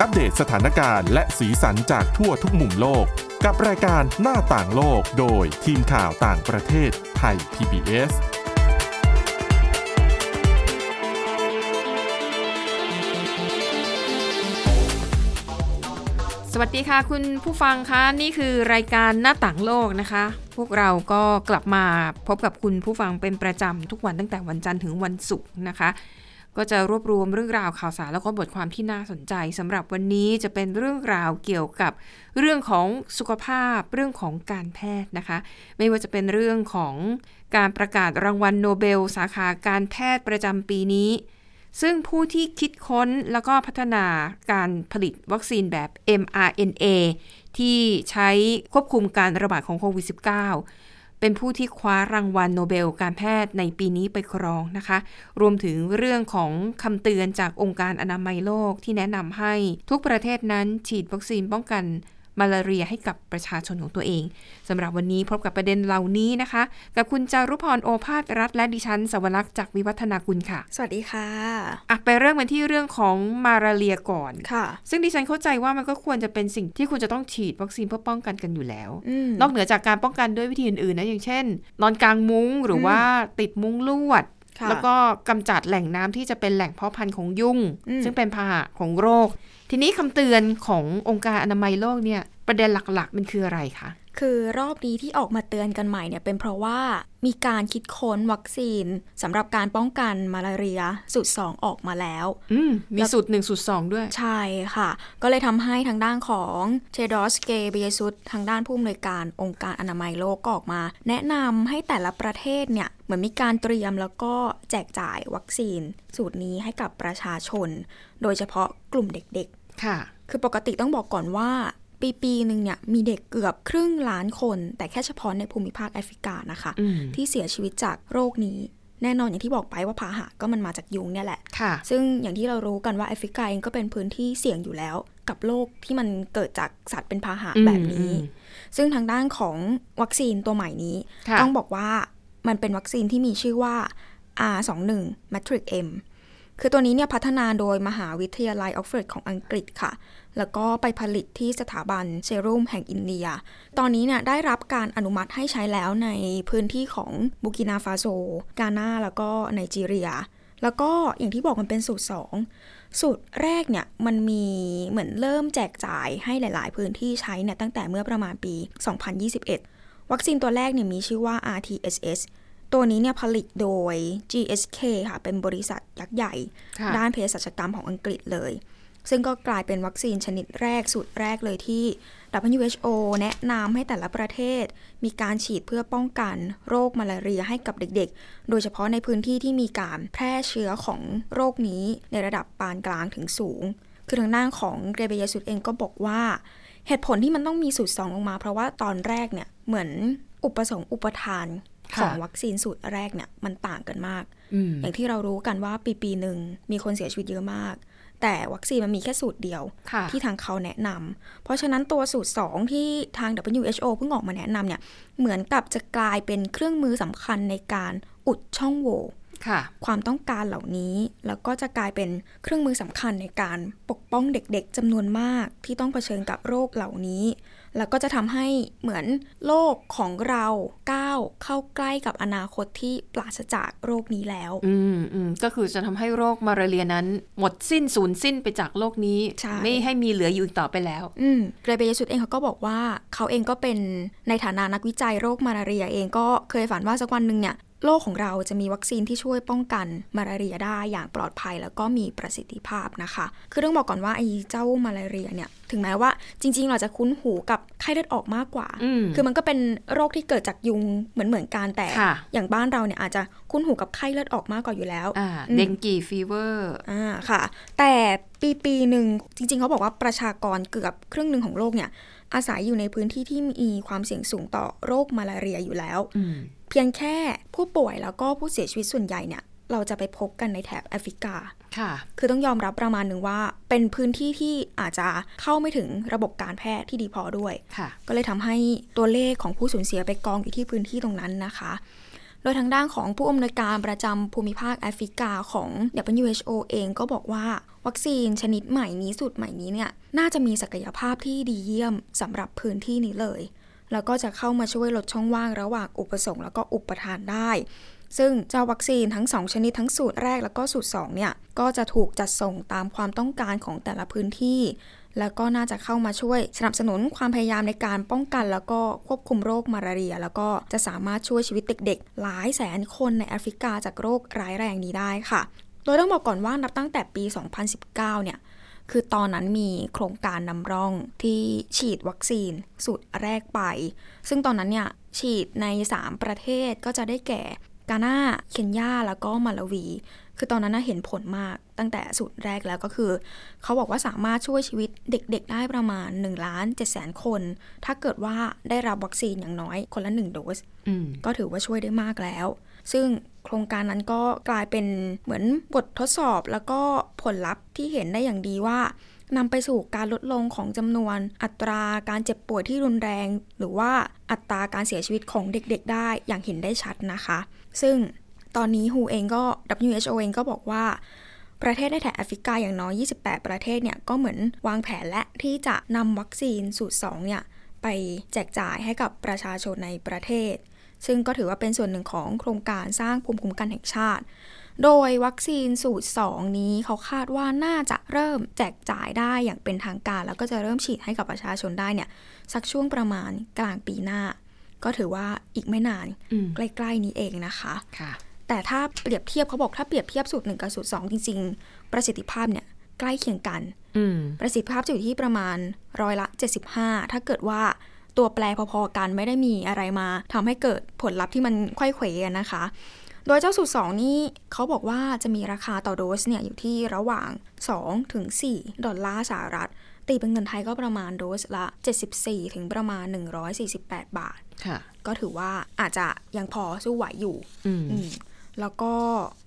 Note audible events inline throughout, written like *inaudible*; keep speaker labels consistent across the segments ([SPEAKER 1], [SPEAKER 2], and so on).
[SPEAKER 1] อัปเดตสถานการณ์และสีสันจากทั่วทุกมุมโลก กับรายการหน้าต่างโลกโดยทีมข่าวต่างประเทศไทย PBS
[SPEAKER 2] สวัสดีค่ะ คุณผู้ฟังคะนี่คือรายการหน้าต่างโลกนะคะ พวกเราก็กลับมาพบกับคุณผู้ฟังเป็นประจำทุกวันตั้งแต่วันจันทร์ถึงวันศุกร์นะคะ ก็จะรวบรวมเรื่องราวข่าวสารแล้วก็บทความที่น่าสนใจสำหรับวันนี้จะเป็นเรื่องราวเกี่ยวกับเรื่องของสุขภาพเรื่องของการแพทย์นะคะ ไม่ว่าจะเป็นเรื่องของการประกาศรางวัลโนเบล สาขาการแพทย์ประจำปีนี้ ซึ่งผู้ที่คิดค้นแล้วก็พัฒนาการผลิตวัคซีนแบบ mRNA ที่ใช้ควบคุมการระบาดของโควิด -19 เป็นผู้ที่คว้ารางวัลโนเบลการแพทย์ในปีนี้ไปครองนะคะ รวมถึงเรื่องของคำเตือนจากองค์การอนามัยโลกที่แนะนำให้ทุกประเทศนั้นฉีดวัคซีนป้องกันมาลาเรียให้กับประชาชนของตัวเองสำหรับวันนี้พบกับประเด็นเหล่านี้นะคะ กับคุณจารุพรโอภาสรัฐและดิฉันสวรักษ์จากวิวัฒนาคุณค่ะ
[SPEAKER 3] สวัสดีค่ะ
[SPEAKER 2] อ่ะไปเริ่มกันที่เรื่องของมาลาเรียก่อน
[SPEAKER 3] ค่ะ
[SPEAKER 2] ซึ่งดิฉันเข้าใจว่ามันก็ควรจะเป็นสิ่งที่คุณจะต้องฉีดวัคซีนเพื่อป้องกันกันอยู่แล้ว
[SPEAKER 3] อืม
[SPEAKER 2] นอกเหนือจากการป้องกันด้วยวิธีอื่นๆนะอย่างเช่น นอนกลางมุง้งหรืออ
[SPEAKER 3] ม
[SPEAKER 2] ว่าติดมุ้งลวด
[SPEAKER 3] ค่ะ
[SPEAKER 2] แล้วก็กำจัดแหล่งน้ำที่จะเป็นแหล่งเพาะพันธุ์ของยุง
[SPEAKER 3] อืม
[SPEAKER 2] ซึ่งเป็นพาหะของโรค ทีนี้คำเตือนขององค์การอนามัยโลกเนี่ยประเด็นหลักๆ มันคืออะไรคะ
[SPEAKER 3] คือรอบนี้ที่ออกมาเตือนกันใหม่เนี่ยเป็นเพราะว่ามีการคิดค้นวัคซีนสำหรับการป้องกันมาลาเรียสูตร 2 ออกมาแล้ว
[SPEAKER 2] อืมมีสูตรหนึ่งสูตรสองด้วย
[SPEAKER 3] ใช่ค่ะ ก็เลยทำให้ทางด้านของเทดอสเกเบียซุสทางด้านผู้อำนวยการองค์การอนามัยโลกก็ออกมา แนะนำให้แต่ละประเทศเนี่ย เหมือนมีการเตรียมแล้วก็แจกจ่ายวัคซีน สูตรนี้ให้กับประชาชน โดยเฉพาะกลุ่มเด็กๆ
[SPEAKER 2] ค่ะ
[SPEAKER 3] คือปกติต้องบอกก่อนว่า ปีปีหนึ่งเนี่ยมีเด็กเกือบครึ่งล้านคน แต่แค่เฉพาะในภูมิภาคแอฟริกานะคะ
[SPEAKER 2] อืม
[SPEAKER 3] ที่เสียชีวิตจากโรคนี้ แน่นอนอย่างที่บอกไปว่าพาหะก็มันมาจากยุงเนี่ยแหละ
[SPEAKER 2] ค่ะ
[SPEAKER 3] ซึ่งอย่างที่เรารู้กันว่าแอฟริกาเองก็เป็นพื้นที่เสี่ยงอยู่แล้ว กับโรคที่มันเกิดจากสัตว์เป็นพาหะ
[SPEAKER 2] อืม
[SPEAKER 3] แบบนี้
[SPEAKER 2] อืม
[SPEAKER 3] ซึ่งทางด้านของวัคซีนตัวใหม่นี้
[SPEAKER 2] ค่ะ
[SPEAKER 3] ต้องบอกว่ามันเป็นวัคซีนที่มีชื่อว่า R21 Matrix M คือตัวนี้เนี่ยพัฒนาโดยมหาวิทยาลัยออกฟอร์ดของอังกฤษค่ะ แล้วก็ไปผลิตที่สถาบันเซรุ่มแห่งอินเดีย ตอนนี้เนี่ยได้รับการอนุมัติให้ใช้แล้วในพื้นที่ของบูกินาฟาโซ กานาแล้วก็ไนจีเรีย แล้วก็อย่างที่บอกมันเป็นสูตร 2 สูตรแรกเนี่ยมันมีเหมือนเริ่มแจกจ่ายให้หลาย ๆ พื้นที่ใช้เนี่ยตั้งแต่เมื่อประมาณปี 2021 วัคซีนตัวแรกเนี่ยมีชื่อว่า RTSS ตัวนี้เนี่ยผลิตโดย GSK ค่ะ เป็นบริษัทยักษ์ใหญ่
[SPEAKER 2] ค่ะ
[SPEAKER 3] ด้านเภสัชกรรมของอังกฤษเลย ซึ่งก็กลายเป็นวัคซีนชนิดแรกสูตรแรกเลยที่ WHO แนะนำให้แต่ละประเทศ มีการฉีดเพื่อป้องกันโรคมาลาเรียให้กับเด็กๆ โดยเฉพาะในพื้นที่ที่มีการแพร่เชื้อของโรคนี้ในระดับปานกลางถึงสูง คือทางด้านของเกรเบียสุดเองก็บอกว่า เหตุผลที่มันต้องมีสูตรสองออกมา เพราะว่าตอนแรกเนี่ยเหมือนอุปสงค์อุปทานของ
[SPEAKER 2] ค่ะ
[SPEAKER 3] วัคซีนสูตรแรกเนี่ยมันต่างกันมาก
[SPEAKER 2] อืม
[SPEAKER 3] อย่างที่เรารู้กันว่าปีปีหนึ่งมีคนเสียชีวิตเยอะมาก แต่วัคซีนมันมีแค่สูตรเดียว
[SPEAKER 2] ค่ะ
[SPEAKER 3] ที่ทางเขาแนะนำเพราะฉะนั้นตัวสูตร 2 ที่ทาง WHO เพิ่งออกมาแนะนำเนี่ยเหมือนกับจะกลายเป็นเครื่องมือสำคัญในการอุดช่องโหว่
[SPEAKER 2] ค่ะ
[SPEAKER 3] ความต้องการเหล่านี้ แล้วก็จะกลายเป็นเครื่องมือสำคัญในการปกป้องเด็กๆจำนวนมากที่ต้องเผชิญกับโรคเหล่านี้ แล้วก็จะทำให้เหมือนโลกของเราก้าวเข้าใกล้กับอนาคตที่ปราศจากโรคนี้แล้ว
[SPEAKER 2] อืมอืมก็คือจะทำให้โรคมาลาเรียนั้น หมดสิ้นสูญสิ้นไปจากโลกนี้
[SPEAKER 3] ใช่
[SPEAKER 2] ไม่ให้มีเหลืออยู่อีกต่อไปแล้ว
[SPEAKER 3] อืมเกรเบเยสุดเองเขาก็บอกว่าเขาเองก็เป็นในฐานะนักวิจัยโรคมาลาเรียเองก็เคยฝันว่าสักวันหนึ่งเนี่ยโลกของเราจะมีวัคซีนที่ช่วยป้องกันมาลาเรียได้อย่างปลอดภัยแล้วก็มีประสิทธิภาพนะคะ คือต้องบอกก่อนว่าไอ้เจ้ามาลาเรียเนี่ยถึงแม้ว่าจริง ๆ เราจะคุ้นหูกับไข้เลือดออกมากกว่า
[SPEAKER 2] อืม
[SPEAKER 3] คือมันก็เป็นโรคที่เกิดจากยุงเหมือนเหมือนๆกันแต่
[SPEAKER 2] ค่ะ
[SPEAKER 3] อย่างบ้านเราเนี่ยอาจจะคุ้นหูกับไข้เลือดออกมากกว่าอยู่แล้ว
[SPEAKER 2] อ่า
[SPEAKER 3] อืม
[SPEAKER 2] เดงกีฟีเวอร์
[SPEAKER 3] อ่าค่ะ แต่ปีปีหนึ่งจริงๆ เขาบอกว่าประชากรเกือบครึ่งหนึ่งของโลกเนี่ยอาศัยอยู่ในพื้นที่ที่มีความเสี่ยงสูงต่อโรคมาลาเรียอยู่แล้ว
[SPEAKER 2] อืม
[SPEAKER 3] เพียงแค่ผู้ป่วยแล้วก็ผู้เสียชีวิตส่วนใหญ่เนี่ยเราจะไปพบกันในแถบแอฟริกา
[SPEAKER 2] ค่ะ
[SPEAKER 3] คือต้องยอมรับประมาณหนึ่งว่า เป็นพื้นที่ที่อาจจะเข้าไม่ถึงระบบการแพทย์ที่ดีพอด้วย
[SPEAKER 2] ค่ะ
[SPEAKER 3] ก็เลยทำให้ตัวเลขของผู้สูญเสียไปกองอยู่ที่พื้นที่ตรงนั้นนะคะ โด ยทางด้านของผู้อำนวยการประจำภูมิภาคแอฟริกาของ WHO เองก็บอกว่า วัคซีนชนิดใหม่นี้สูตรใหม่นี้เนี่ยน่าจะมีศักยภาพที่ดีเยี่ยมสำหรับพื้นที่นี้เลย แล้วก็จะเข้ามาช่วยลดช่องว่างระหว่างอุปสงค์แล้วก็อุปทานได้ ซึ่งเจ้าวัคซีนทั้ง 2 ชนิดทั้งสูตรแรกแล้วก็สูตร 2 เนี่ย ก็จะถูกจัดส่งตามความต้องการของแต่ละพื้นที่ แล้วก็น่าจะเข้ามาช่วยสนับสนุนความพยายามในการป้องกัน แล้วก็ควบคุมโรคมาลาเรีย แล้วก็จะสามารถช่วยชีวิตเด็กๆ หลายแสนคนในแอฟริกาจากโรคร้ายแรงนี้ได้ค่ะ โดยต้องบอกก่อนว่านับตั้งแต่ปี 2019 เนี่ย คือตอนนั้นมีโครงการนำร่องที่ฉีดวัคซีนสูตรแรกไป ซึ่งตอนนั้นเนี่ยฉีดใน 3 ประเทศก็จะได้แก่กาหน้า เคนยา แล้วก็มาลาวี คือตอนนั้นน่ะเห็นผลมากตั้งแต่สูตรแรกแล้วก็คือ เขาบอกว่าสามารถช่วยชีวิตเด็กๆ ได้ประมาณ1ล้าน7แสนคน ถ้าเกิดว่าได้รับวัคซีนอย่างน้อยคนละ 1 โดส
[SPEAKER 2] อืม
[SPEAKER 3] ก็ถือว่าช่วยได้มากแล้ว ซึ่งโครงการนั้นก็กลายเป็นเหมือนบททดสอบแล้วก็ผลลัพธ์ที่เห็นได้อย่างดีว่านำไปสู่การลดลงของจำนวน อัตราการเจ็บป่วยที่รุนแรง หรือว่าอัตราการเสียชีวิตของเด็กๆ ได้อย่างเห็นได้ชัดนะคะ ซึ่งตอนนี้ WHO เองก็ WHO เองก็บอกว่า ประเทศในแถบแอฟริกาอย่างน้อย 28 ประเทศเนี่ยก็เหมือนวางแผนและที่จะนำวัคซีนสูตร2เนี่ยไปแจกจ่ายให้กับประชาชนในประเทศ ซึ่งก็ถือว่าเป็นส่วนหนึ่งของโครงการสร้างภูมิคุ้มกันแห่งชาติ โดยวัคซีนสูตร 2 นี้เขาคาดว่าน่าจะเริ่มแจกจ่ายได้อย่างเป็นทางการ แล้วก็จะเริ่มฉีดให้กับประชาชนได้เนี่ยสักช่วงประมาณกลางปีหน้า ก็ถือว่าอีกไม่นาน
[SPEAKER 2] อืม
[SPEAKER 3] ใกล้ๆนี้เองนะคะ
[SPEAKER 2] ค่ะ
[SPEAKER 3] แต่ถ้าเปรียบเทียบเขาบอกถ้าเปรียบเทียบสูตร1กับสูตร2จริง ๆ ประสิทธิภาพเนี่ยใกล้เคียงกัน
[SPEAKER 2] อืม
[SPEAKER 3] ประสิทธิภาพจะอยู่ที่ประมาณร้อยละ 75 ถ้าเกิดว่าตัวแปรพอๆกันไม่ได้มีอะไรมาทำให้เกิดผลลัพธ์ที่มันไขว้เขวอะนะคะ โดยเจ้าสูตร 2 นี่เขาบอกว่าจะมีราคาต่อโดสเนี่ยอยู่ที่ระหว่าง 2 ถึง 4 ดอลลาร์สหรัฐ ตีเป็นเงินไทยก็ประมาณโดสละ 74 ถึงประมาณ 148 บาท
[SPEAKER 2] ค่ะ
[SPEAKER 3] ก็ถือว่าอาจจะยังพอสู้ไหวอยู่
[SPEAKER 2] อืม
[SPEAKER 3] อืมแล้วก็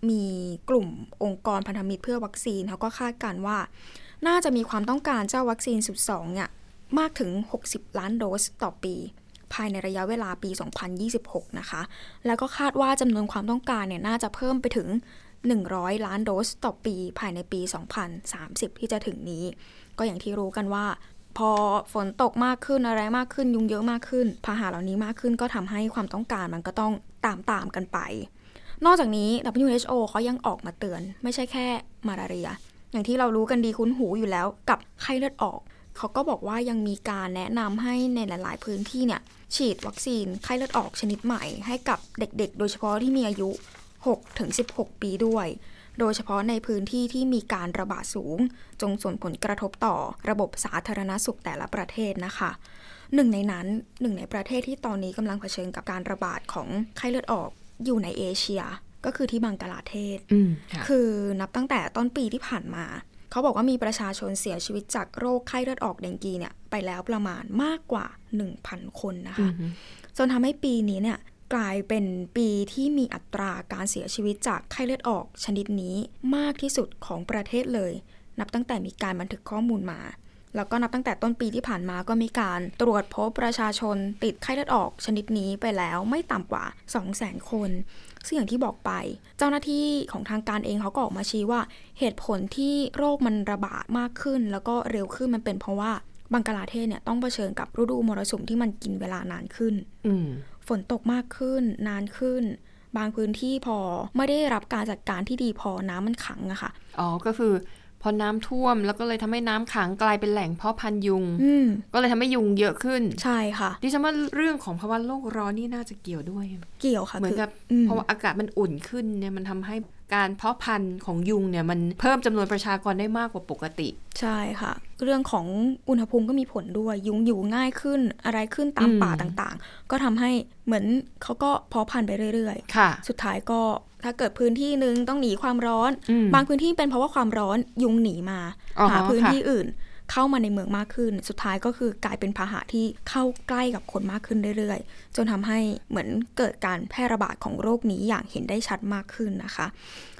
[SPEAKER 3] มีกลุ่มองค์กรพันธมิตรเพื่อวัคซีนเขาก็คาดการณ์ว่า น่าจะมีความต้องการเจ้าวัคซีนสุดสองเนี่ยมากถึง 60 ล้านโดสต่อปี ภายในระยะเวลาปี 2026 นะคะ แล้วก็คาดว่าจำนวนความต้องการเนี่ยน่าจะเพิ่มไปถึง 100 ล้านโดสต่อปีภายในปี 2030 ที่จะถึงนี้ ก็อย่างที่รู้กันว่า พอฝนตกมากขึ้นอะไรมากขึ้นยุงเยอะมากขึ้นพาหะเหล่านี้มากขึ้นก็ทำให้ความต้องการมันก็ต้องตามตามๆกันไป นอกจากนี้ WHO เขายังออกมาเตือน ไม่ใช่แค่มาลาเรีย อย่างที่เรารู้กันดีคุ้นหูอยู่แล้วกับไข้เลือดออก เขาก็บอกว่ายังมีการแนะนำให้ในหลาย ๆ พื้นที่เนี่ยฉีดวัคซีนไข้เลือดออกชนิดใหม่ให้กับเด็ก ๆ โดยเฉพาะที่มีอายุ 6 ถึง 16 ปีด้วย โดยเฉพาะในพื้นที่ที่มีการระบาดสูง จงส่งผลกระทบต่อระบบสาธารณสุขแต่ละประเทศนะคะ หนึ่งในนั้นหนึ่งในประเทศที่ตอนนี้กำลังเผชิญกับการระบาดของไข้เลือดออกอยู่ในเอเชีย ก็คือที่บังกลาเทศ
[SPEAKER 2] อืม ค่ะ
[SPEAKER 3] คือนับตั้งแต่ต้นปีที่ผ่านมา เขาบอกว่ามีประชาชนเสียชีวิตจากโรคไข้เลือดออกเดงกีเนี่ยไปแล้วประมาณมากกว่า 1,000 คนนะคะ จนทำให้ปีนี้เนี่ยกลายเป็นปีที่มีอัตราการเสียชีวิตจากไข้เลือดออกชนิดนี้มากที่สุดของประเทศเลย นับตั้งแต่มีการบันทึกข้อมูลมา แล้วก็นับตั้งแต่ต้นปีที่ผ่านมาก็มีการตรวจพบประชาชนติดไข้เลือดออกชนิดนี้ไปแล้วไม่ต่ำกว่า 200,000 คน ซึ่งอย่างที่บอกไป เจ้าหน้าที่ของทางการเองเขาก็ออกมาชี้ว่าเหตุผลที่โรคมันระบาดมากขึ้น แล้วก็เร็วขึ้นมันเป็นเพราะว่าบังกลาเทศเนี่ยต้องเผชิญกับฤดูมรสุมที่มันกินเวลานานขึ้น
[SPEAKER 2] อืม
[SPEAKER 3] ฝนตกมากขึ้น นานขึ้น บางพื้นที่พอไม่ได้รับการจัดการที่ดีพอน้ำมันขังอะค่ะ
[SPEAKER 2] อ๋อ ก็คือ พอน้ำท่วมแล้วก็เลยทำให้น้ำขังกลายเป็นแหล่งเพาะพันธุ์ยุง
[SPEAKER 3] อืม
[SPEAKER 2] ก็เลยทำให้ยุงเยอะขึ้น
[SPEAKER 3] ใช่ค่ะ
[SPEAKER 2] ดิฉันว่าเรื่องของภาวะโลกร้อนนี่น่าจะเกี่ยวด้วย
[SPEAKER 3] เกี่ยวค่ะ
[SPEAKER 2] เหมือน
[SPEAKER 3] คื
[SPEAKER 2] กับ
[SPEAKER 3] อืม
[SPEAKER 2] เพราะว่าอากาศมันอุ่นขึ้นเนี่ยมันทำให้การเพาะพันธุ์ของยุงเนี่ยมันเพิ่มจำนวนประชากรได้มากกว่าปกติ
[SPEAKER 3] ใช่ค่ะ เรื่องของอุณหภูมิก็มีผลด้วย ยุงอยู่ง่ายขึ้น อะไรขึ้นตาม
[SPEAKER 2] อืม
[SPEAKER 3] ป่าต่างๆ ก็ทำให้เหมือนเขาก็เพาะพันธุ์ไปเรื่อย
[SPEAKER 2] ค่ะ
[SPEAKER 3] ๆ สุดท้ายก็ถ้าเกิดพื้นที่หนึงต้องหนีความร้อน
[SPEAKER 2] อืม
[SPEAKER 3] บางพื้นที่เป็นเพราะว่าความร้อนยุงหนีมา
[SPEAKER 2] อ๋อ
[SPEAKER 3] หาพื้น
[SPEAKER 2] ค่ะ
[SPEAKER 3] ที่อื่น เข้ามาในเมืองมากขึ้น สุดท้ายก็คือกลายเป็นพาหะที่เข้าใกล้กับคนมากขึ้นเรื่อยๆ จนทำให้เหมือนเกิดการแพร่ระบาดของโรคนี้อย่างเห็นได้ชัดมากขึ้นนะคะ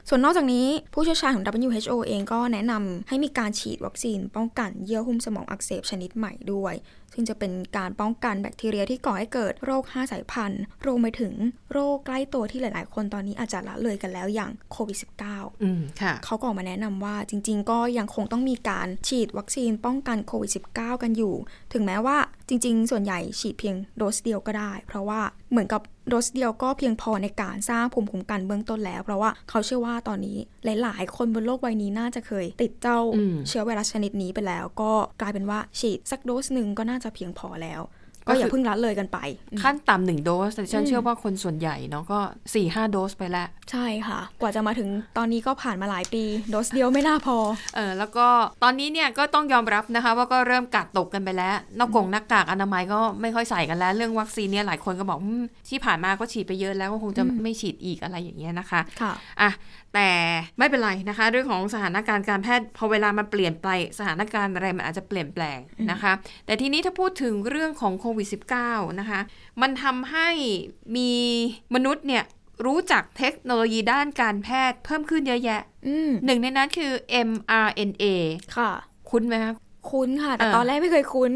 [SPEAKER 3] ส่วนนอกจากนี้ผู้เชี่ยวชาญของ WHO เองก็แนะนำให้มีการฉีดวัคซีนป้องกันเยื่อหุ้มสมองอักเสบชนิดใหม่ด้วย ซึ่งจะเป็นการป้องกันแบคทีเรียที่ก่อให้เกิดโรค 5 สายพันธุ์รวมไปถึงโรคใกล้ตัวที่หลาย ๆ คนตอนนี้อาจจะละเลยกันแล้วอย่างโควิด -19
[SPEAKER 2] อืมค่ะ
[SPEAKER 3] เขาก็ออกมาแนะนำว่าจริง ๆ ก็ยังคงต้องมีการฉีดวัคซีนป้องกันโควิด -19 กันอยู่ ถึงแม้ว่าจริง ๆ ส่วนใหญ่ฉีดเพียงโดสเดียวก็ได้ เพราะว่าเหมือนกับโดสเดียวก็เพียงพอในการสร้างภูมิคุ้มกันเบื้องต้นแล้ว เพราะว่าเขาเชื่อว่าตอนนี้หลาย ๆ คนบนโลกใบนี้น่าจะเคย ติดเจ้า
[SPEAKER 2] อืม
[SPEAKER 3] เชื้อไวรัสชนิดนี้ไปแล้ว ก็กลายเป็นว่าฉีดสักโดสหนึ่งก็น่าจะเพียงพอแล้ว ก็อย่าเพิ่งละเลยกันไปอืม
[SPEAKER 2] ขั้นต่ำหนึ่งโดสแต่ฉัน
[SPEAKER 3] อืม
[SPEAKER 2] เชื่อว่าคนส่วนใหญ่เนาะก็4ี่ห้าโดสไปแล้ว
[SPEAKER 3] ใช่ค่ะ กว่าจะมาถึงตอนนี้ก็ผ่านมาหลายปีโดสเดียวไม่น่าพอ
[SPEAKER 2] เออแล้วก็ตอนนี้เนี่ยก็ต้องยอมรับนะคะ ว่าก็เริ่มกัดตกกันไปแล้วหนากงหน้ากากอนามัยก็ไม่ค่อยใส่กันแล้ว เรื่องวัคซีนเนี่ยหลายคนก็บอกอมที่ผ่านมาก็ฉีดไปเยอะแล้วก็คงจะ
[SPEAKER 3] อืม
[SPEAKER 2] ไม่ฉีดอีกอะไรอย่างเงี้ยนะคะ
[SPEAKER 3] ค่ะ
[SPEAKER 2] อ่ะแต่ไม่เป็นไรนะคะ เรื่องของสถานการณ์การแพทย์พอเวลามันเปลี่ยนไปสถานการณ์อะไรมันอาจจะเปลี่ยนแปลงนะคะ แต่ทีนี้ถ้าพูดถึงเรื่องของโควิด -19 นะคะ มันทำให้มีมนุษย์เนี่ยรู้จักเทคโนโลยีด้านการแพทย์เพิ่มขึ้นเยอะแยะ
[SPEAKER 3] อืม
[SPEAKER 2] หนึ่งในนั้นคือ mRNA
[SPEAKER 3] ค่ะ
[SPEAKER 2] คุ้นไหมคะ
[SPEAKER 3] คุ้นค่ะ แต่
[SPEAKER 2] เออ
[SPEAKER 3] ตอนแรกไม่เคยคุ้น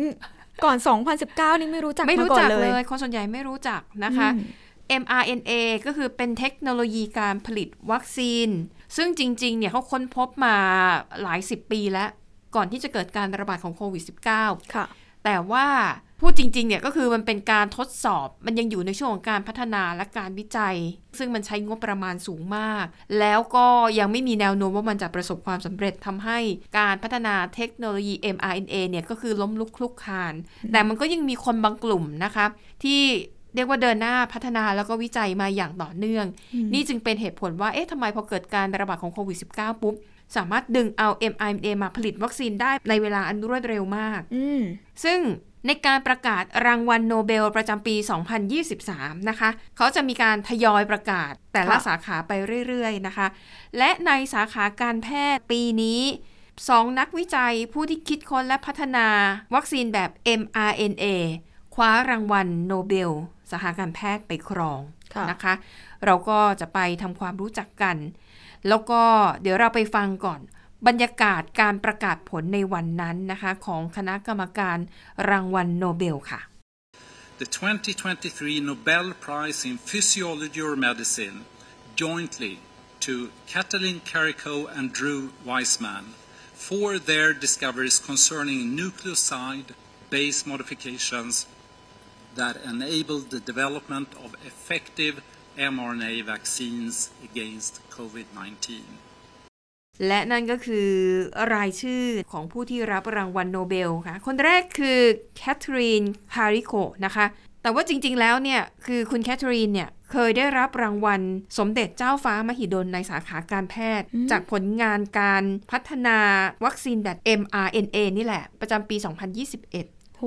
[SPEAKER 3] ก่อน 2019 นี่ไม่รู้จัก
[SPEAKER 2] ไม่
[SPEAKER 3] มา
[SPEAKER 2] รู้
[SPEAKER 3] ก่อ
[SPEAKER 2] จั
[SPEAKER 3] น
[SPEAKER 2] ก
[SPEAKER 3] เลย
[SPEAKER 2] เลย คนส่วนใหญ่ไม่รู้จักนะคะ
[SPEAKER 3] อืม
[SPEAKER 2] mRNA ก็คือเป็นเทคโนโลยีการผลิตวัคซีน ซึ่งจริงๆ เนี่ยเขาค้นพบมาหลายสิบปีแล้ว ก่อนที่จะเกิดการระบาดของโควิด -19
[SPEAKER 3] ค่ะ
[SPEAKER 2] แต่ว่าพูดจริงๆ เนี่ยก็คือมันเป็นการทดสอบ มันยังอยู่ในช่วงของการพัฒนาและการวิจัย ซึ่งมันใช้งบประมาณสูงมาก แล้วก็ยังไม่มีแนวโน้มว่ามันจะประสบความสำเร็จทำให้การพัฒนาเทคโนโลยี mRNA เนี่ยก็คือล้มลุกคลุกคลาน แต่มันก็ยังมีคนบางกลุ่มนะคะ ที่เรียกว่าเดินหน้าพัฒนาแล้วก็วิจัยมาอย่างต่อเนื่อง นี่จึงเป็นเหตุผลว่า เอ๊ะทำไมพอเกิดการระบาดของโควิด -19 ปุ๊บ สามารถดึงเอา mRNA มาผลิตวัคซีนได้ในเวลาอันรวดเร็วมาก
[SPEAKER 3] อืม
[SPEAKER 2] ซึ่งในการประกาศรางวัลโนเบลประจำปี 2023 นะคะ เขาจะมีการทยอยประกาศแต่ละ
[SPEAKER 3] ค่ะ
[SPEAKER 2] สาขาไปเรื่อยๆ นะคะ และในสาขาการแพทย์ปีนี้สองนักวิจัยผู้ที่คิดค้นและพัฒนาวัคซีนแบบ mRNA คว้ารางวัลโนเบล สาขาการแพทย์ไปครอง
[SPEAKER 3] ค่ะ
[SPEAKER 2] นะคะ เราก็จะไปทำความรู้จักกัน แล้วก็เดี๋ยวเราไปฟังก่อน บรรยากาศการประกาศผลในวันนั้นนะคะ ของคณะกรรมการรางวัลโนเบลค่ะ
[SPEAKER 4] the 2023 Nobel Prize in Physiology or Medicine jointly to Catalin Carrico and Drew Weissman for their discoveries concerning nucleoside base modifications that enabled the development of effective mRNA vaccines against COVID 19.
[SPEAKER 2] และนั่นก็คือรายชื่อของผู้ที่รับรางวัลโนเบลค่ะ คนแรกคือแคทเธอรีนคาริโกนะคะ แต่ว่าจริงๆแล้วเนี่ย คือคุณแคทเธอรีนเนี่ย เคยได้รับรางวัลสมเด็จเจ้าฟ้ามหิดลในสาขาการแพทย์ จากผลงานการพัฒนาวัคซีนแบบ mRNA นี่แหละ ประจำปี 2021
[SPEAKER 3] โห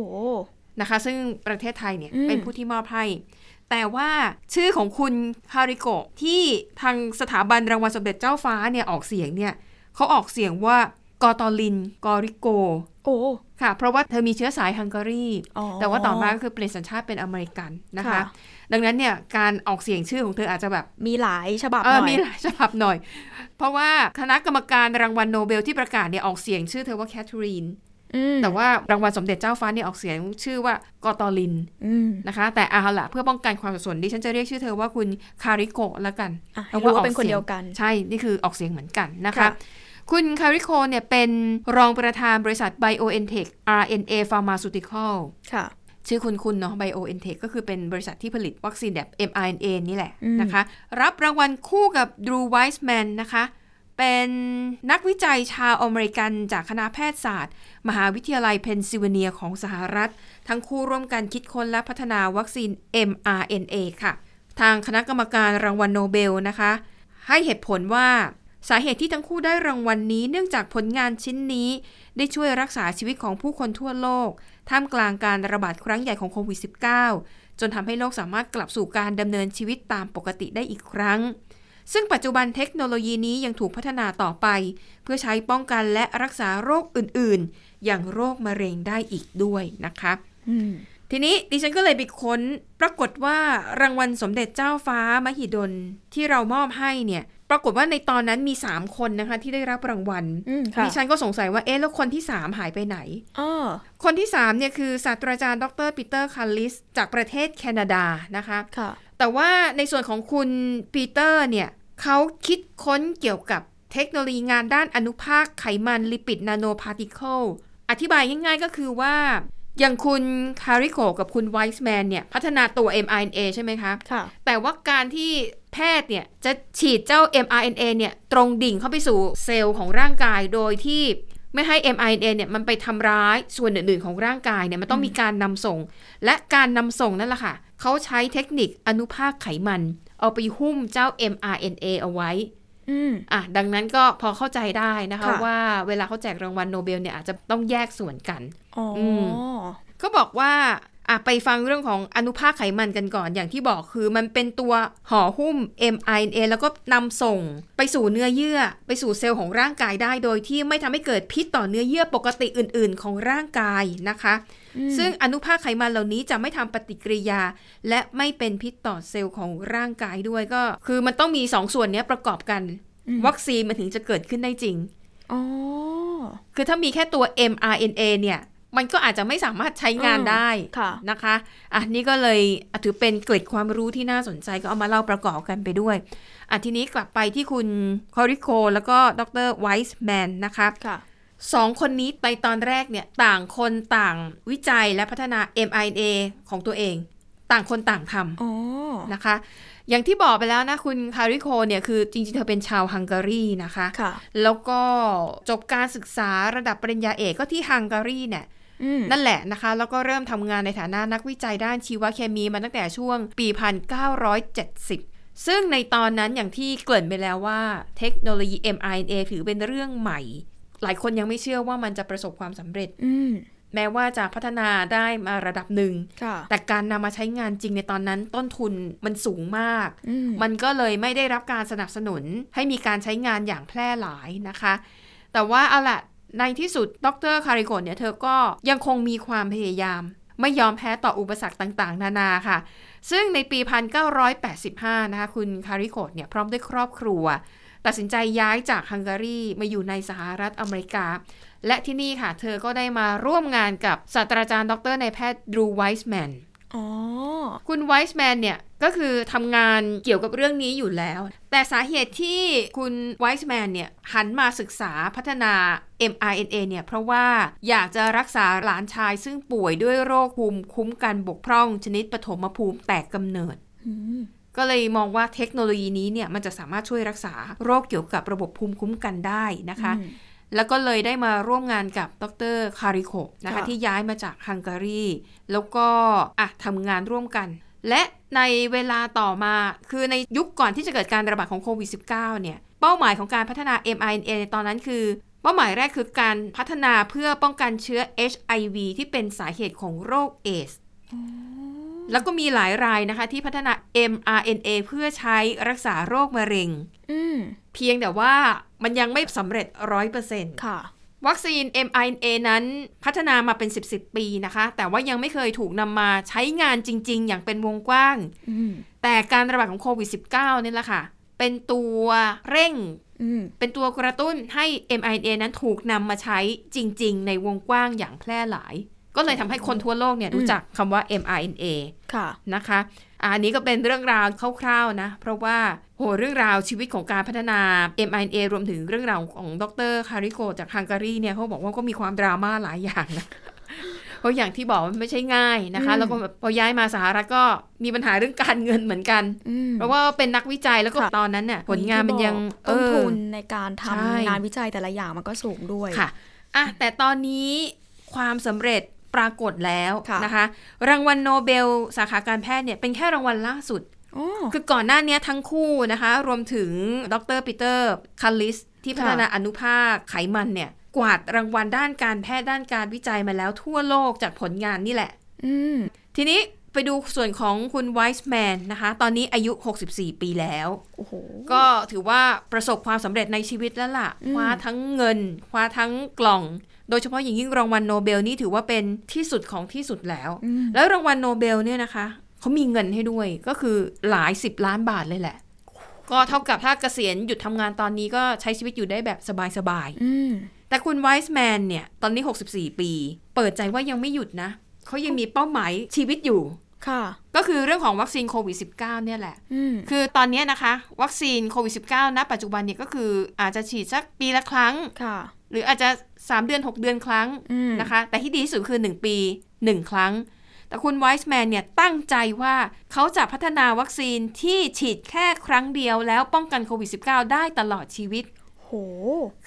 [SPEAKER 2] นะคะซึ่งประเทศไทยเนี่ย
[SPEAKER 3] อืม
[SPEAKER 2] เป็นผู้ที่มอบให้ แต่ว่าชื่อของคุณฮาริโกะที่ทางสถาบันรางวัลสมเด็จเจ้าฟ้าเนี่ยออกเสียงเนี่ยเขาออกเสียงว่ากอตอลินกอริโก
[SPEAKER 3] โอ้
[SPEAKER 2] ค่ะ เพราะว่าเธอมีเชื้อสายฮังการี
[SPEAKER 3] อ๋อ
[SPEAKER 2] แต่ว่าต่อมาก็คือเปลี่ยนสัญชาติเป็นอเมริกันนะคะ
[SPEAKER 3] ค่ะ
[SPEAKER 2] ดังนั้นเนี่ยการออกเสียงชื่อของเธออาจจะแบบ
[SPEAKER 3] มีหลายฉบับห
[SPEAKER 2] เออ
[SPEAKER 3] น่อย
[SPEAKER 2] มีหลายฉบับหน่อย เพราะว่าคณะกรรมการรางวัลโนเบลที่ประกาศเนี่ยออกเสียงชื่อเธอว่าแคทเธอรีน
[SPEAKER 3] อืม
[SPEAKER 2] แต่ว่ารางวัลสมเด็จเจ้าฟ้าเนี่ยออกเสียงชื่อว่ากอตอลิน
[SPEAKER 3] อืม
[SPEAKER 2] นะคะแต่เอาล่ะเพื่อป้องกันความสับสนดิฉันจะเรียกชื่อเธอว่าคุณคาริโกะละกัน
[SPEAKER 3] อ่ะให้รู้ว่าเป็นคนเดียวกัน
[SPEAKER 2] ใช่ นี่คือออกเสียงเหมือนกันนะคะ
[SPEAKER 3] ค่ะ
[SPEAKER 2] คุณคาริโกะเนี่ยเป็นรองประธานบริษัท BioNTech RNA Pharmaceutical
[SPEAKER 3] ค่ะ
[SPEAKER 2] ชื่อคุณคุณเนาะ BioNTech ก็คือเป็นบริษัทที่ผลิตวัคซีนแบบ mRNA นี่แหละ
[SPEAKER 3] อืม
[SPEAKER 2] นะคะ รับรางวัลคู่กับ Drew Weissman นะคะ เป็นนักวิจัยชาวอเมริกันจากคณะแพทยศาสตร์ มหาวิทยาลัยเพนซิลเวเนียของสหรัฐ ทั้งคู่ร่วมกันคิดค้นและพัฒนาวัคซีน mRNA ค่ะ ทางคณะกรรมการรางวัลโนเบลนะคะ ให้เหตุผลว่าสาเหตุที่ทั้งคู่ได้รางวัลนี้ เนื่องจากผลงานชิ้นนี้ ได้ช่วยรักษาชีวิตของผู้คนทั่วโลก ท่ามกลางการระบาดครั้งใหญ่ของโควิด -19 จนทำให้โลกสามารถกลับสู่การดำเนินชีวิตตามปกติได้อีกครั้ง ซึ่งปัจจุบันเทคโนโลยีนี้ยังถูกพัฒนาต่อไป เพื่อใช้ป้องกันและรักษาโรคอื่นๆ อย่างโรคมะเร็งได้อีกด้วยนะคะ
[SPEAKER 3] อืม
[SPEAKER 2] ทีนี้ดิฉันก็เลยไปค้น ปรากฏว่ารางวัลสมเด็จเจ้าฟ้ามหิดลที่เรามอบให้เนี่ย ปรากฏว่าในตอนนั้นมี 3 คนนะคะที่ได้รับรางวัล
[SPEAKER 3] อืมค่ะ
[SPEAKER 2] ดิฉันก็สงสัยว่าเอ๊ะแล้วคนที่ 3 หายไปไหน
[SPEAKER 3] อ้อ
[SPEAKER 2] คนที่3เนี่ยคือศาสตราจารย์ดรปีเตอร์คาลิส จากประเทศแคนาดานะคะ
[SPEAKER 3] ค่ะ
[SPEAKER 2] แต่ว่าในส่วนของคุณปีเตอร์เนี่ยเขาคิดค้นเกี่ยวกับเทคโนโลยีงานด้านอนุภาคไขมันลิปิดนาโนพาร์ติเคิลอธิบายง่ายๆก็คือว่า อย่างคุณคาริโกกับคุณไวส์แมนเนี่ยพัฒนาตัว mRNA ใช่ไหมคะ
[SPEAKER 3] ค่ะ
[SPEAKER 2] แต่ว่าการที่แพทย์เนี่ยจะฉีดเจ้า mRNA เนี่ยตรงดิ่งเข้าไปสู่เซลล์ของร่างกายโดยที่ไม่ให้ mRNA เนี่ยมันไปทำร้ายส่วนอื่นๆของร่างกายเนี่ยมันต้องมีการนำส่ง และการนำส่งนั่นแหละค่ะ เขาใช้เทคนิคอนุภาคไขมัน เอาไปหุ้มเจ้า mRNA เอาไว้
[SPEAKER 3] อืม
[SPEAKER 2] อ่ะดังนั้นก็พอเข้าใจได้นะคะ
[SPEAKER 3] ค่ะ
[SPEAKER 2] ว่าเวลาเขาแจกรางวัลโนเบลเนี่ยอาจจะต้องแยกส่วนกัน
[SPEAKER 3] อ๋ออ
[SPEAKER 2] ม ก็บอกว่าอ่ะไปฟังเรื่องของอนุภาคไขมันกันก่อน อย่างที่บอกคือมันเป็นตัวห่อหุ้ม mRNA แล้วก็นำส่งไปสู่เนื้อเยื่อ ไปสู่เซลล์ของร่างกายได้ โดยที่ไม่ทำให้เกิดพิษต่อเนื้อเยื่อปกติอื่น ๆ ของร่างกายนะคะ ซึ่งอนุภาคไขมันเหล่านี้จะไม่ทำปฏิกิริยา และไม่เป็นพิษต่อเซลล์ของร่างกายด้วยก็ คือมันต้องมีสองส่วนเนี้ยประกอบกัน วัคซีนมันถึงจะเกิดขึ้นได้จริง
[SPEAKER 3] อ๋อ
[SPEAKER 2] คือถ้ามีแค่ตัว mRNA เนี่ย มันก็อาจจะไม่สามารถใช้งาน
[SPEAKER 3] อืม
[SPEAKER 2] ได้
[SPEAKER 3] ค่ะ
[SPEAKER 2] นะคะ อ่ะนี่ก็เลยอ่ะถือเป็นเกร็ดความรู้ที่น่าสนใจก็เอามาเล่าประกอบกันไปด้วย อ่ะทีนี้กลับไปที่คุณคอริโคแล้วก็ดรไวส์แมนนะคะ
[SPEAKER 3] ค่ะ
[SPEAKER 2] สองคนนี้ไปตอนแรกเนี่ยต่างคนต่างวิจัยและพัฒนา mRNA ของตัวเอง ต่างคนต่างทำ
[SPEAKER 3] อ๋อ
[SPEAKER 2] นะคะ อย่างที่บอกไปแล้วนะ คุณคาริโคเนี่ยคือจริงๆ เธอเป็นชาวฮังการีนะคะ
[SPEAKER 3] ค่ะ
[SPEAKER 2] แล้วก็จบการศึกษาระดับปริญญาเอกก็ที่ฮังการีเนี่ย
[SPEAKER 3] อืม
[SPEAKER 2] นั่นแหละนะคะ แล้วก็เริ่มทำงานในฐานะนักวิจัยด้านชีวเคมีมาตั้งแต่ช่วงปี 1970 ซึ่งในตอนนั้นอย่างที่เกริ่นไปแล้วว่าเทคโนโลยี mRNA ถือเป็นเรื่องใหม่ หลายคนยังไม่เชื่อว่ามันจะประสบความสำเร็จ
[SPEAKER 3] อืม
[SPEAKER 2] แม้ว่าจะพัฒนาได้มาระดับหนึ่ง
[SPEAKER 3] ค่ะ
[SPEAKER 2] แต่การนำมาใช้งานจริงในตอนนั้นต้นทุนมันสูงมาก
[SPEAKER 3] อืม
[SPEAKER 2] มันก็เลยไม่ได้รับการสนับสนุนให้มีการใช้งานอย่างแพร่หลายนะคะ แต่ว่าเอาละในที่สุดดรคาริโกะเนี่ยเธอก็ยังคงมีความพยายาม ไม่ยอมแพ้ต่ออุปสรรคต่างๆ นานาค่ะ ซึ่งในปี 1985 นะคะคุณคาริโกะเนี่ยพร้อมด้วยครอบครัว ตัดสินใจย้ายจากฮังการีมาอยู่ในสหรัฐอเมริกา และที่นี่ค่ะ เธอก็ได้มาร่วมงานกับศาสตราจารย์ดรนายแพทย์ดรูไวส์แมน
[SPEAKER 3] อ๋อ
[SPEAKER 2] คุณไวส์แมนเนี่ย ก็คือทำงานเกี่ยวกับเรื่องนี้อยู่แล้ว แต่สาเหตุที่คุณไวส์แมนเนี่ย หันมาศึกษาพัฒนา mRNA เนี่ย เพราะว่าอยากจะรักษาหลานชายซึ่งป่วยด้วยโรคภูมิคุ้มกันบกพร่องชนิดปฐมภูมิแตกกำเนิด
[SPEAKER 3] อืม
[SPEAKER 2] ก็เลยมองว่าเทคโนโลยีนี้เนี่ย มันจะสามารถช่วยรักษาโรคเกี่ยวกับระบบภูมิคุ้มกันได้นะคะ
[SPEAKER 3] อืม
[SPEAKER 2] แล้วก็เลยได้มาร่วมงานกับดรคาริโคนะคะ
[SPEAKER 3] ค่ะ
[SPEAKER 2] ที่ย้ายมาจากฮังการีแล้วก็อ่ะทำงานร่วมกัน และในเวลาต่อมาคือในยุคก่อนที่จะเกิดการระบาดของโควิด -19 เนี่ย เป้าหมายของการพัฒนา mRNA ในตอนนั้นคือ เป้าหมายแรกคือการพัฒนาเพื่อป้องกันเชื้อ HIV ที่เป็นสาเหตุของโรคเอดส แล้วก็มีหลายรายนะคะที่พัฒนา mRNA เพื่อใช้รักษาโรคมะเร็ง
[SPEAKER 3] อืม
[SPEAKER 2] เพียงแต่ว่ามันยังไม่สำเร็จ 100%
[SPEAKER 3] ค่ะ
[SPEAKER 2] วัคซีน mRNA นั้นพัฒนามาเป็น 10 10 ปีนะคะ แต่ว่ายังไม่เคยถูกนำมาใช้งานจริง ๆ อย่างเป็นวงกว้าง
[SPEAKER 3] อืม
[SPEAKER 2] แต่การระบาดของโควิด -19 นี่แหละค่ะ เป็นตัวเร่ง
[SPEAKER 3] อืม
[SPEAKER 2] เป็นตัวกระตุ้นให้ mRNA นั้นถูกนำมาใช้จริง ๆ ในวงกว้างอย่างแพร่หลาย ก็เลยทำให้คนทั่วโลกเนี่ยรู้จักคำว่า mRNA
[SPEAKER 3] ค่ะ
[SPEAKER 2] นะคะอะอันนี้ก็เป็นเรื่องราวคร่าวๆนะ เพราะว่าโหเรื่องราวชีวิตของการพัฒนา mRNA รวมถึงเรื่องราวของดรคาริโกจากฮังการีเนี่ยเขาบอกว่าก็มีความดราม่าหลายอย่างนะ *laughs* เพราะอย่างที่บอกมันไม่ใช่ง่ายนะคะ
[SPEAKER 3] อืม
[SPEAKER 2] แล้วก็พอย้ายมาสหรัฐก็มีปัญหาเรื่องการเงินเหมือนกัน
[SPEAKER 3] อืม
[SPEAKER 2] เพราะว่าเป็นนักวิจัยแล้วก็
[SPEAKER 3] ค่ะ
[SPEAKER 2] ตอนนั้นเนี่ยผลงานมันยัง
[SPEAKER 3] ต้นทุน
[SPEAKER 2] เออ
[SPEAKER 3] ในการทำ
[SPEAKER 2] ใช่
[SPEAKER 3] งานวิจัยแต่ละอย่างมันก็สูงด้วย
[SPEAKER 2] ค่ะอ่ะ แต่ตอนนี้ความสำเร็จปรากฏแล้ว
[SPEAKER 3] ค่ะ
[SPEAKER 2] นะคะ รางวัลโนเบล สาขาการแพทย์เนี่ยเป็นแค่รางวัลล่าสุด
[SPEAKER 3] อ๋อ
[SPEAKER 2] คือก่อนหน้าเนี้ยทั้งคู่นะคะ รวมถึงดรปีเตอร์คาลิส ที่พัฒนาอนุภาคไขมันเนี่ย กวาดรางวัลด้านการแพทย์ด้านการวิจัยมาแล้วทั่วโลกจากผลงานนี่แหละ
[SPEAKER 3] อืม
[SPEAKER 2] ทีนี้ไปดูส่วนของคุณไวส์แมนนะคะ ตอนนี้อายุ 64 ปีแล้ว
[SPEAKER 3] โอ้โห
[SPEAKER 2] ก็ถือว่าประสบความสำเร็จในชีวิตแล้วล่ะ
[SPEAKER 3] อืม
[SPEAKER 2] คว้าทั้งเงิน คว้าทั้งกล่อง โดยเฉพาะอย่างยิ่งรางวัลโนเบลนี่ถือว่าเป็นที่สุดของที่สุดแล้ว
[SPEAKER 3] อืม
[SPEAKER 2] แล้วรางวัลโนเบลเนี่ยนะคะ เขามีเงินให้ด้วยก็คือหลายสิบล้านบาทเลยแหละ ก็เท่ากับถ้าเกษียณหยุดทำงานตอนนี้ก็ใช้ชีวิตอยู่ได้แบบสบาย
[SPEAKER 3] อืม
[SPEAKER 2] ๆ แต่คุณไวส์แมนเนี่ย ตอนนี้ 64 ปี เปิดใจว่ายังไม่หยุดนะ เขายังมีเป้าหมายชีวิตอยู่
[SPEAKER 3] ค่ะ
[SPEAKER 2] ก็คือเรื่องของวัคซีนโควิด -19 เนี่ยแหละ
[SPEAKER 3] อืม
[SPEAKER 2] คือตอนเนี้ยนะคะ วัคซีนโควิด -19 ณปัจจุบันเนี่ยก็คืออาจจะฉีดสักปีละครั้ง
[SPEAKER 3] ค่ะ
[SPEAKER 2] หรืออาจจะ 3 เดือน 6 เดือนครั้ง
[SPEAKER 3] อืม
[SPEAKER 2] นะคะ แต่ที่ดีที่สุดคือ 1 ปี 1 ครั้ง แต่คุณไวส์แมนเนี่ยตั้งใจว่าเขาจะพัฒนาวัคซีนที่ฉีดแค่ครั้งเดียวแล้วป้องกันโควิด -19 ได้ตลอดชีวิต
[SPEAKER 3] โห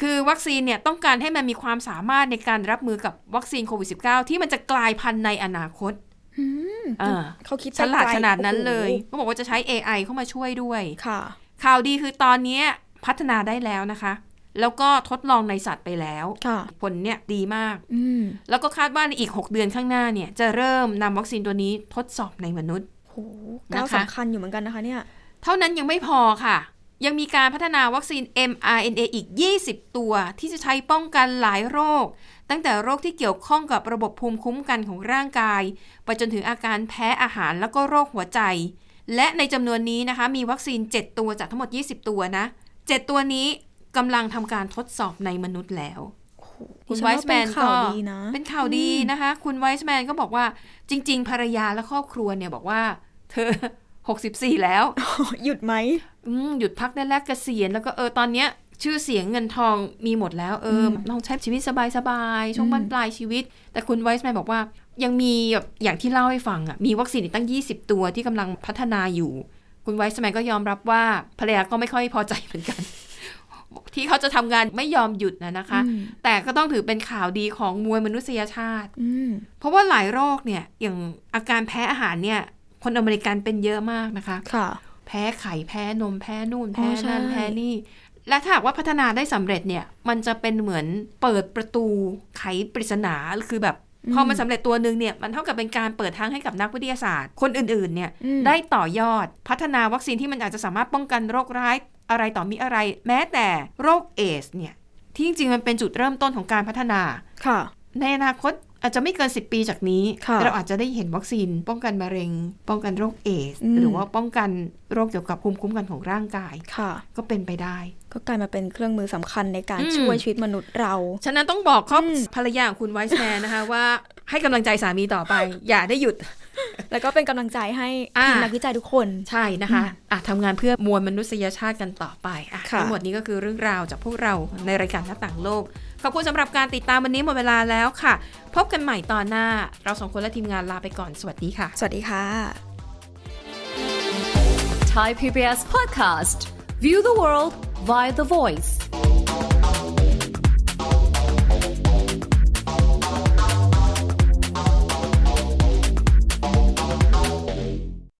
[SPEAKER 2] คือวัคซีนเนี่ยต้องการให้มันมีความสามารถในการรับมือกับวัคซีนโควิด -19 ที่มันจะกลายพันธุ์ในอนาคต
[SPEAKER 3] อืม
[SPEAKER 2] อ่า
[SPEAKER 3] เขาคิดไป
[SPEAKER 2] ฉลาด
[SPEAKER 3] ไก
[SPEAKER 2] ขนาดนั้นเลย
[SPEAKER 3] โอ้โ
[SPEAKER 2] เขาบอกว่าจะใช้ AI เข้ามาช่วยด้วย
[SPEAKER 3] หค่ะ
[SPEAKER 2] ข่าวดีคือตอนนี้พัฒนาได้แล้วนะคะ แล้วก็ทดลองในสัตว์ไปแล้ว
[SPEAKER 3] ค่ะ
[SPEAKER 2] ผลเนี่ยดีมาก
[SPEAKER 3] อืม
[SPEAKER 2] แล้วก็คาดว่าในอีก 6 เดือนข้างหน้าเนี่ย จะเริ่มนำวัคซีนตัวนี้ทดสอบในมนุษย์
[SPEAKER 3] โหก้าว
[SPEAKER 2] นะคะ
[SPEAKER 3] สำคัญอยู่เหมือนกันนะคะเนี่ย
[SPEAKER 2] เท่านั้นยังไม่พอค่ะ ยังมีการพัฒนาวัคซีน mRNA อีก 20 ตัว ที่จะใช้ป้องกันหลายโรค ตั้งแต่โรคที่เกี่ยวข้องกับระบบภูมิคุ้มกันของร่างกาย ไปจนถึงอาการแพ้อาหารแล้วก็โรคหัวใจ และในจำนวนนี้นะคะ มีวัคซีน 7 ตัวจากทั้งหมด 20 ตัวนะ 7 ตัวนี้กำลังทำการทดสอบในมนุษย์แล้ว คุณ
[SPEAKER 3] ดิ
[SPEAKER 2] ไว
[SPEAKER 3] ฉัน
[SPEAKER 2] ส์แมนก็
[SPEAKER 3] ว่าเป็นข่าวดีนะ
[SPEAKER 2] เป็นข่าวดีนะคะ คุณไวส์แมนก็บอกว่าจริง ๆ ภรรยาและครอบครัวเนี่ยบอกว่า เธอ *laughs* 64 แล้ว
[SPEAKER 3] *laughs* หยุดไหม
[SPEAKER 2] อืมหยุดพักได้แล้วเกษียณแล้วก็เออตอนเนี้ย ชื่อเสียงเงินทองมีหมดแล้วเอออลองใช้ชีวิตสบายๆช่วงบั้นปลายชีวิต แต่คุณไวส์แมนบอกว่า ยังมีแบบอย่างที่เล่าให้ฟังอะ่ะมีวัคซีนอีกตั้ง 20 ตัวที่กำลังพัฒนาอยู่ คุณไวส์แมนก็ยอมรับว่าภรรยาก็ไม่ค่อยพอใจเหมือนกัน *laughs* ที่เขาจะทำงานไม่ยอมหยุดนะนะคะ
[SPEAKER 3] อืม
[SPEAKER 2] แต่ก็ต้องถือเป็นข่าวดีของมวลมนุษยชาติ
[SPEAKER 3] อืม
[SPEAKER 2] เพราะว่าหลายโรคเนี่ยอย่างอาการแพ้อาหารเนี่ย คนอเมริกันเป็นเยอะมากนะคะ
[SPEAKER 3] ค่ะ
[SPEAKER 2] แพ้ไข่แพ้นมแพ้นู่น
[SPEAKER 3] อ๋
[SPEAKER 2] แพ้
[SPEAKER 3] อใช่
[SPEAKER 2] นั่นแพ้นี่ และถ้าหากว่าพัฒนาได้สำเร็จเนี่ย มันจะเป็นเหมือนเปิดประตูไขปริศนาคือแบบพอมันสำเร็จตัวหนึ่งเนี่ยมันเท่ากับเป็นการเปิดทางให้กับนักวิทยาศาสตร์ คนอื่นๆเนี่ยได้ต่อยอดพัฒนาวัคซีนที่มันอาจจะสามารถป้องกันโรคร้ายอะไรต่อมีอะไร แม้แต่โรคเอสเนี่ยที่จริงๆมันเป็นจุดเริ่มต้นของการพัฒนา
[SPEAKER 3] ค่ะ
[SPEAKER 2] ในอนาคตอาจจะไม่เกิน 10 ปีจากนี้
[SPEAKER 3] ค่ะ
[SPEAKER 2] เราอาจจะได้เห็นวัคซีน ป้องกันมะเร็ง ป้องกันโรคเอส
[SPEAKER 3] อืม
[SPEAKER 2] หรือว่าป้องกันโรคเกี่ยวกับภูมิคุ้มกันของร่างกาย
[SPEAKER 3] ค่ะ
[SPEAKER 2] ก็เป็นไปได้
[SPEAKER 3] ก็กลายมาเป็นเครื่องมือสำคัญในการ
[SPEAKER 2] อืม
[SPEAKER 3] ช่วยชีวิตมนุษย์เรา
[SPEAKER 2] ฉะนั้นต้องบอกครอบภรรยาของคุณไวส์แมนนะคะ ว่าให้กำลังใจสามีต่อไป อย่าได้หยุด
[SPEAKER 3] แล้วก็เป็นกำลังใจให้
[SPEAKER 2] อ่า
[SPEAKER 3] ทีมนักวิจัยทุกคน
[SPEAKER 2] ใช่นะคะอ่ะทำงานเพื่อมวลมนุษยชาติกันต่อไปอ่ะ
[SPEAKER 3] ค่ะ
[SPEAKER 2] ทั้งหมดนี้ก็คือเรื่องราวจากพวกเราในรายการหน้าต่างโลก ขอบคุณสำหรับการติดตามวันนี้หมดเวลาแล้วค่ะ พบกันใหม่ตอนหน้า เราสองคนและทีมงานลาไปก่อน สวัสดีค่ะ
[SPEAKER 3] สวัสดีค่ะ
[SPEAKER 5] Thai PBS podcast. View the world via the voice.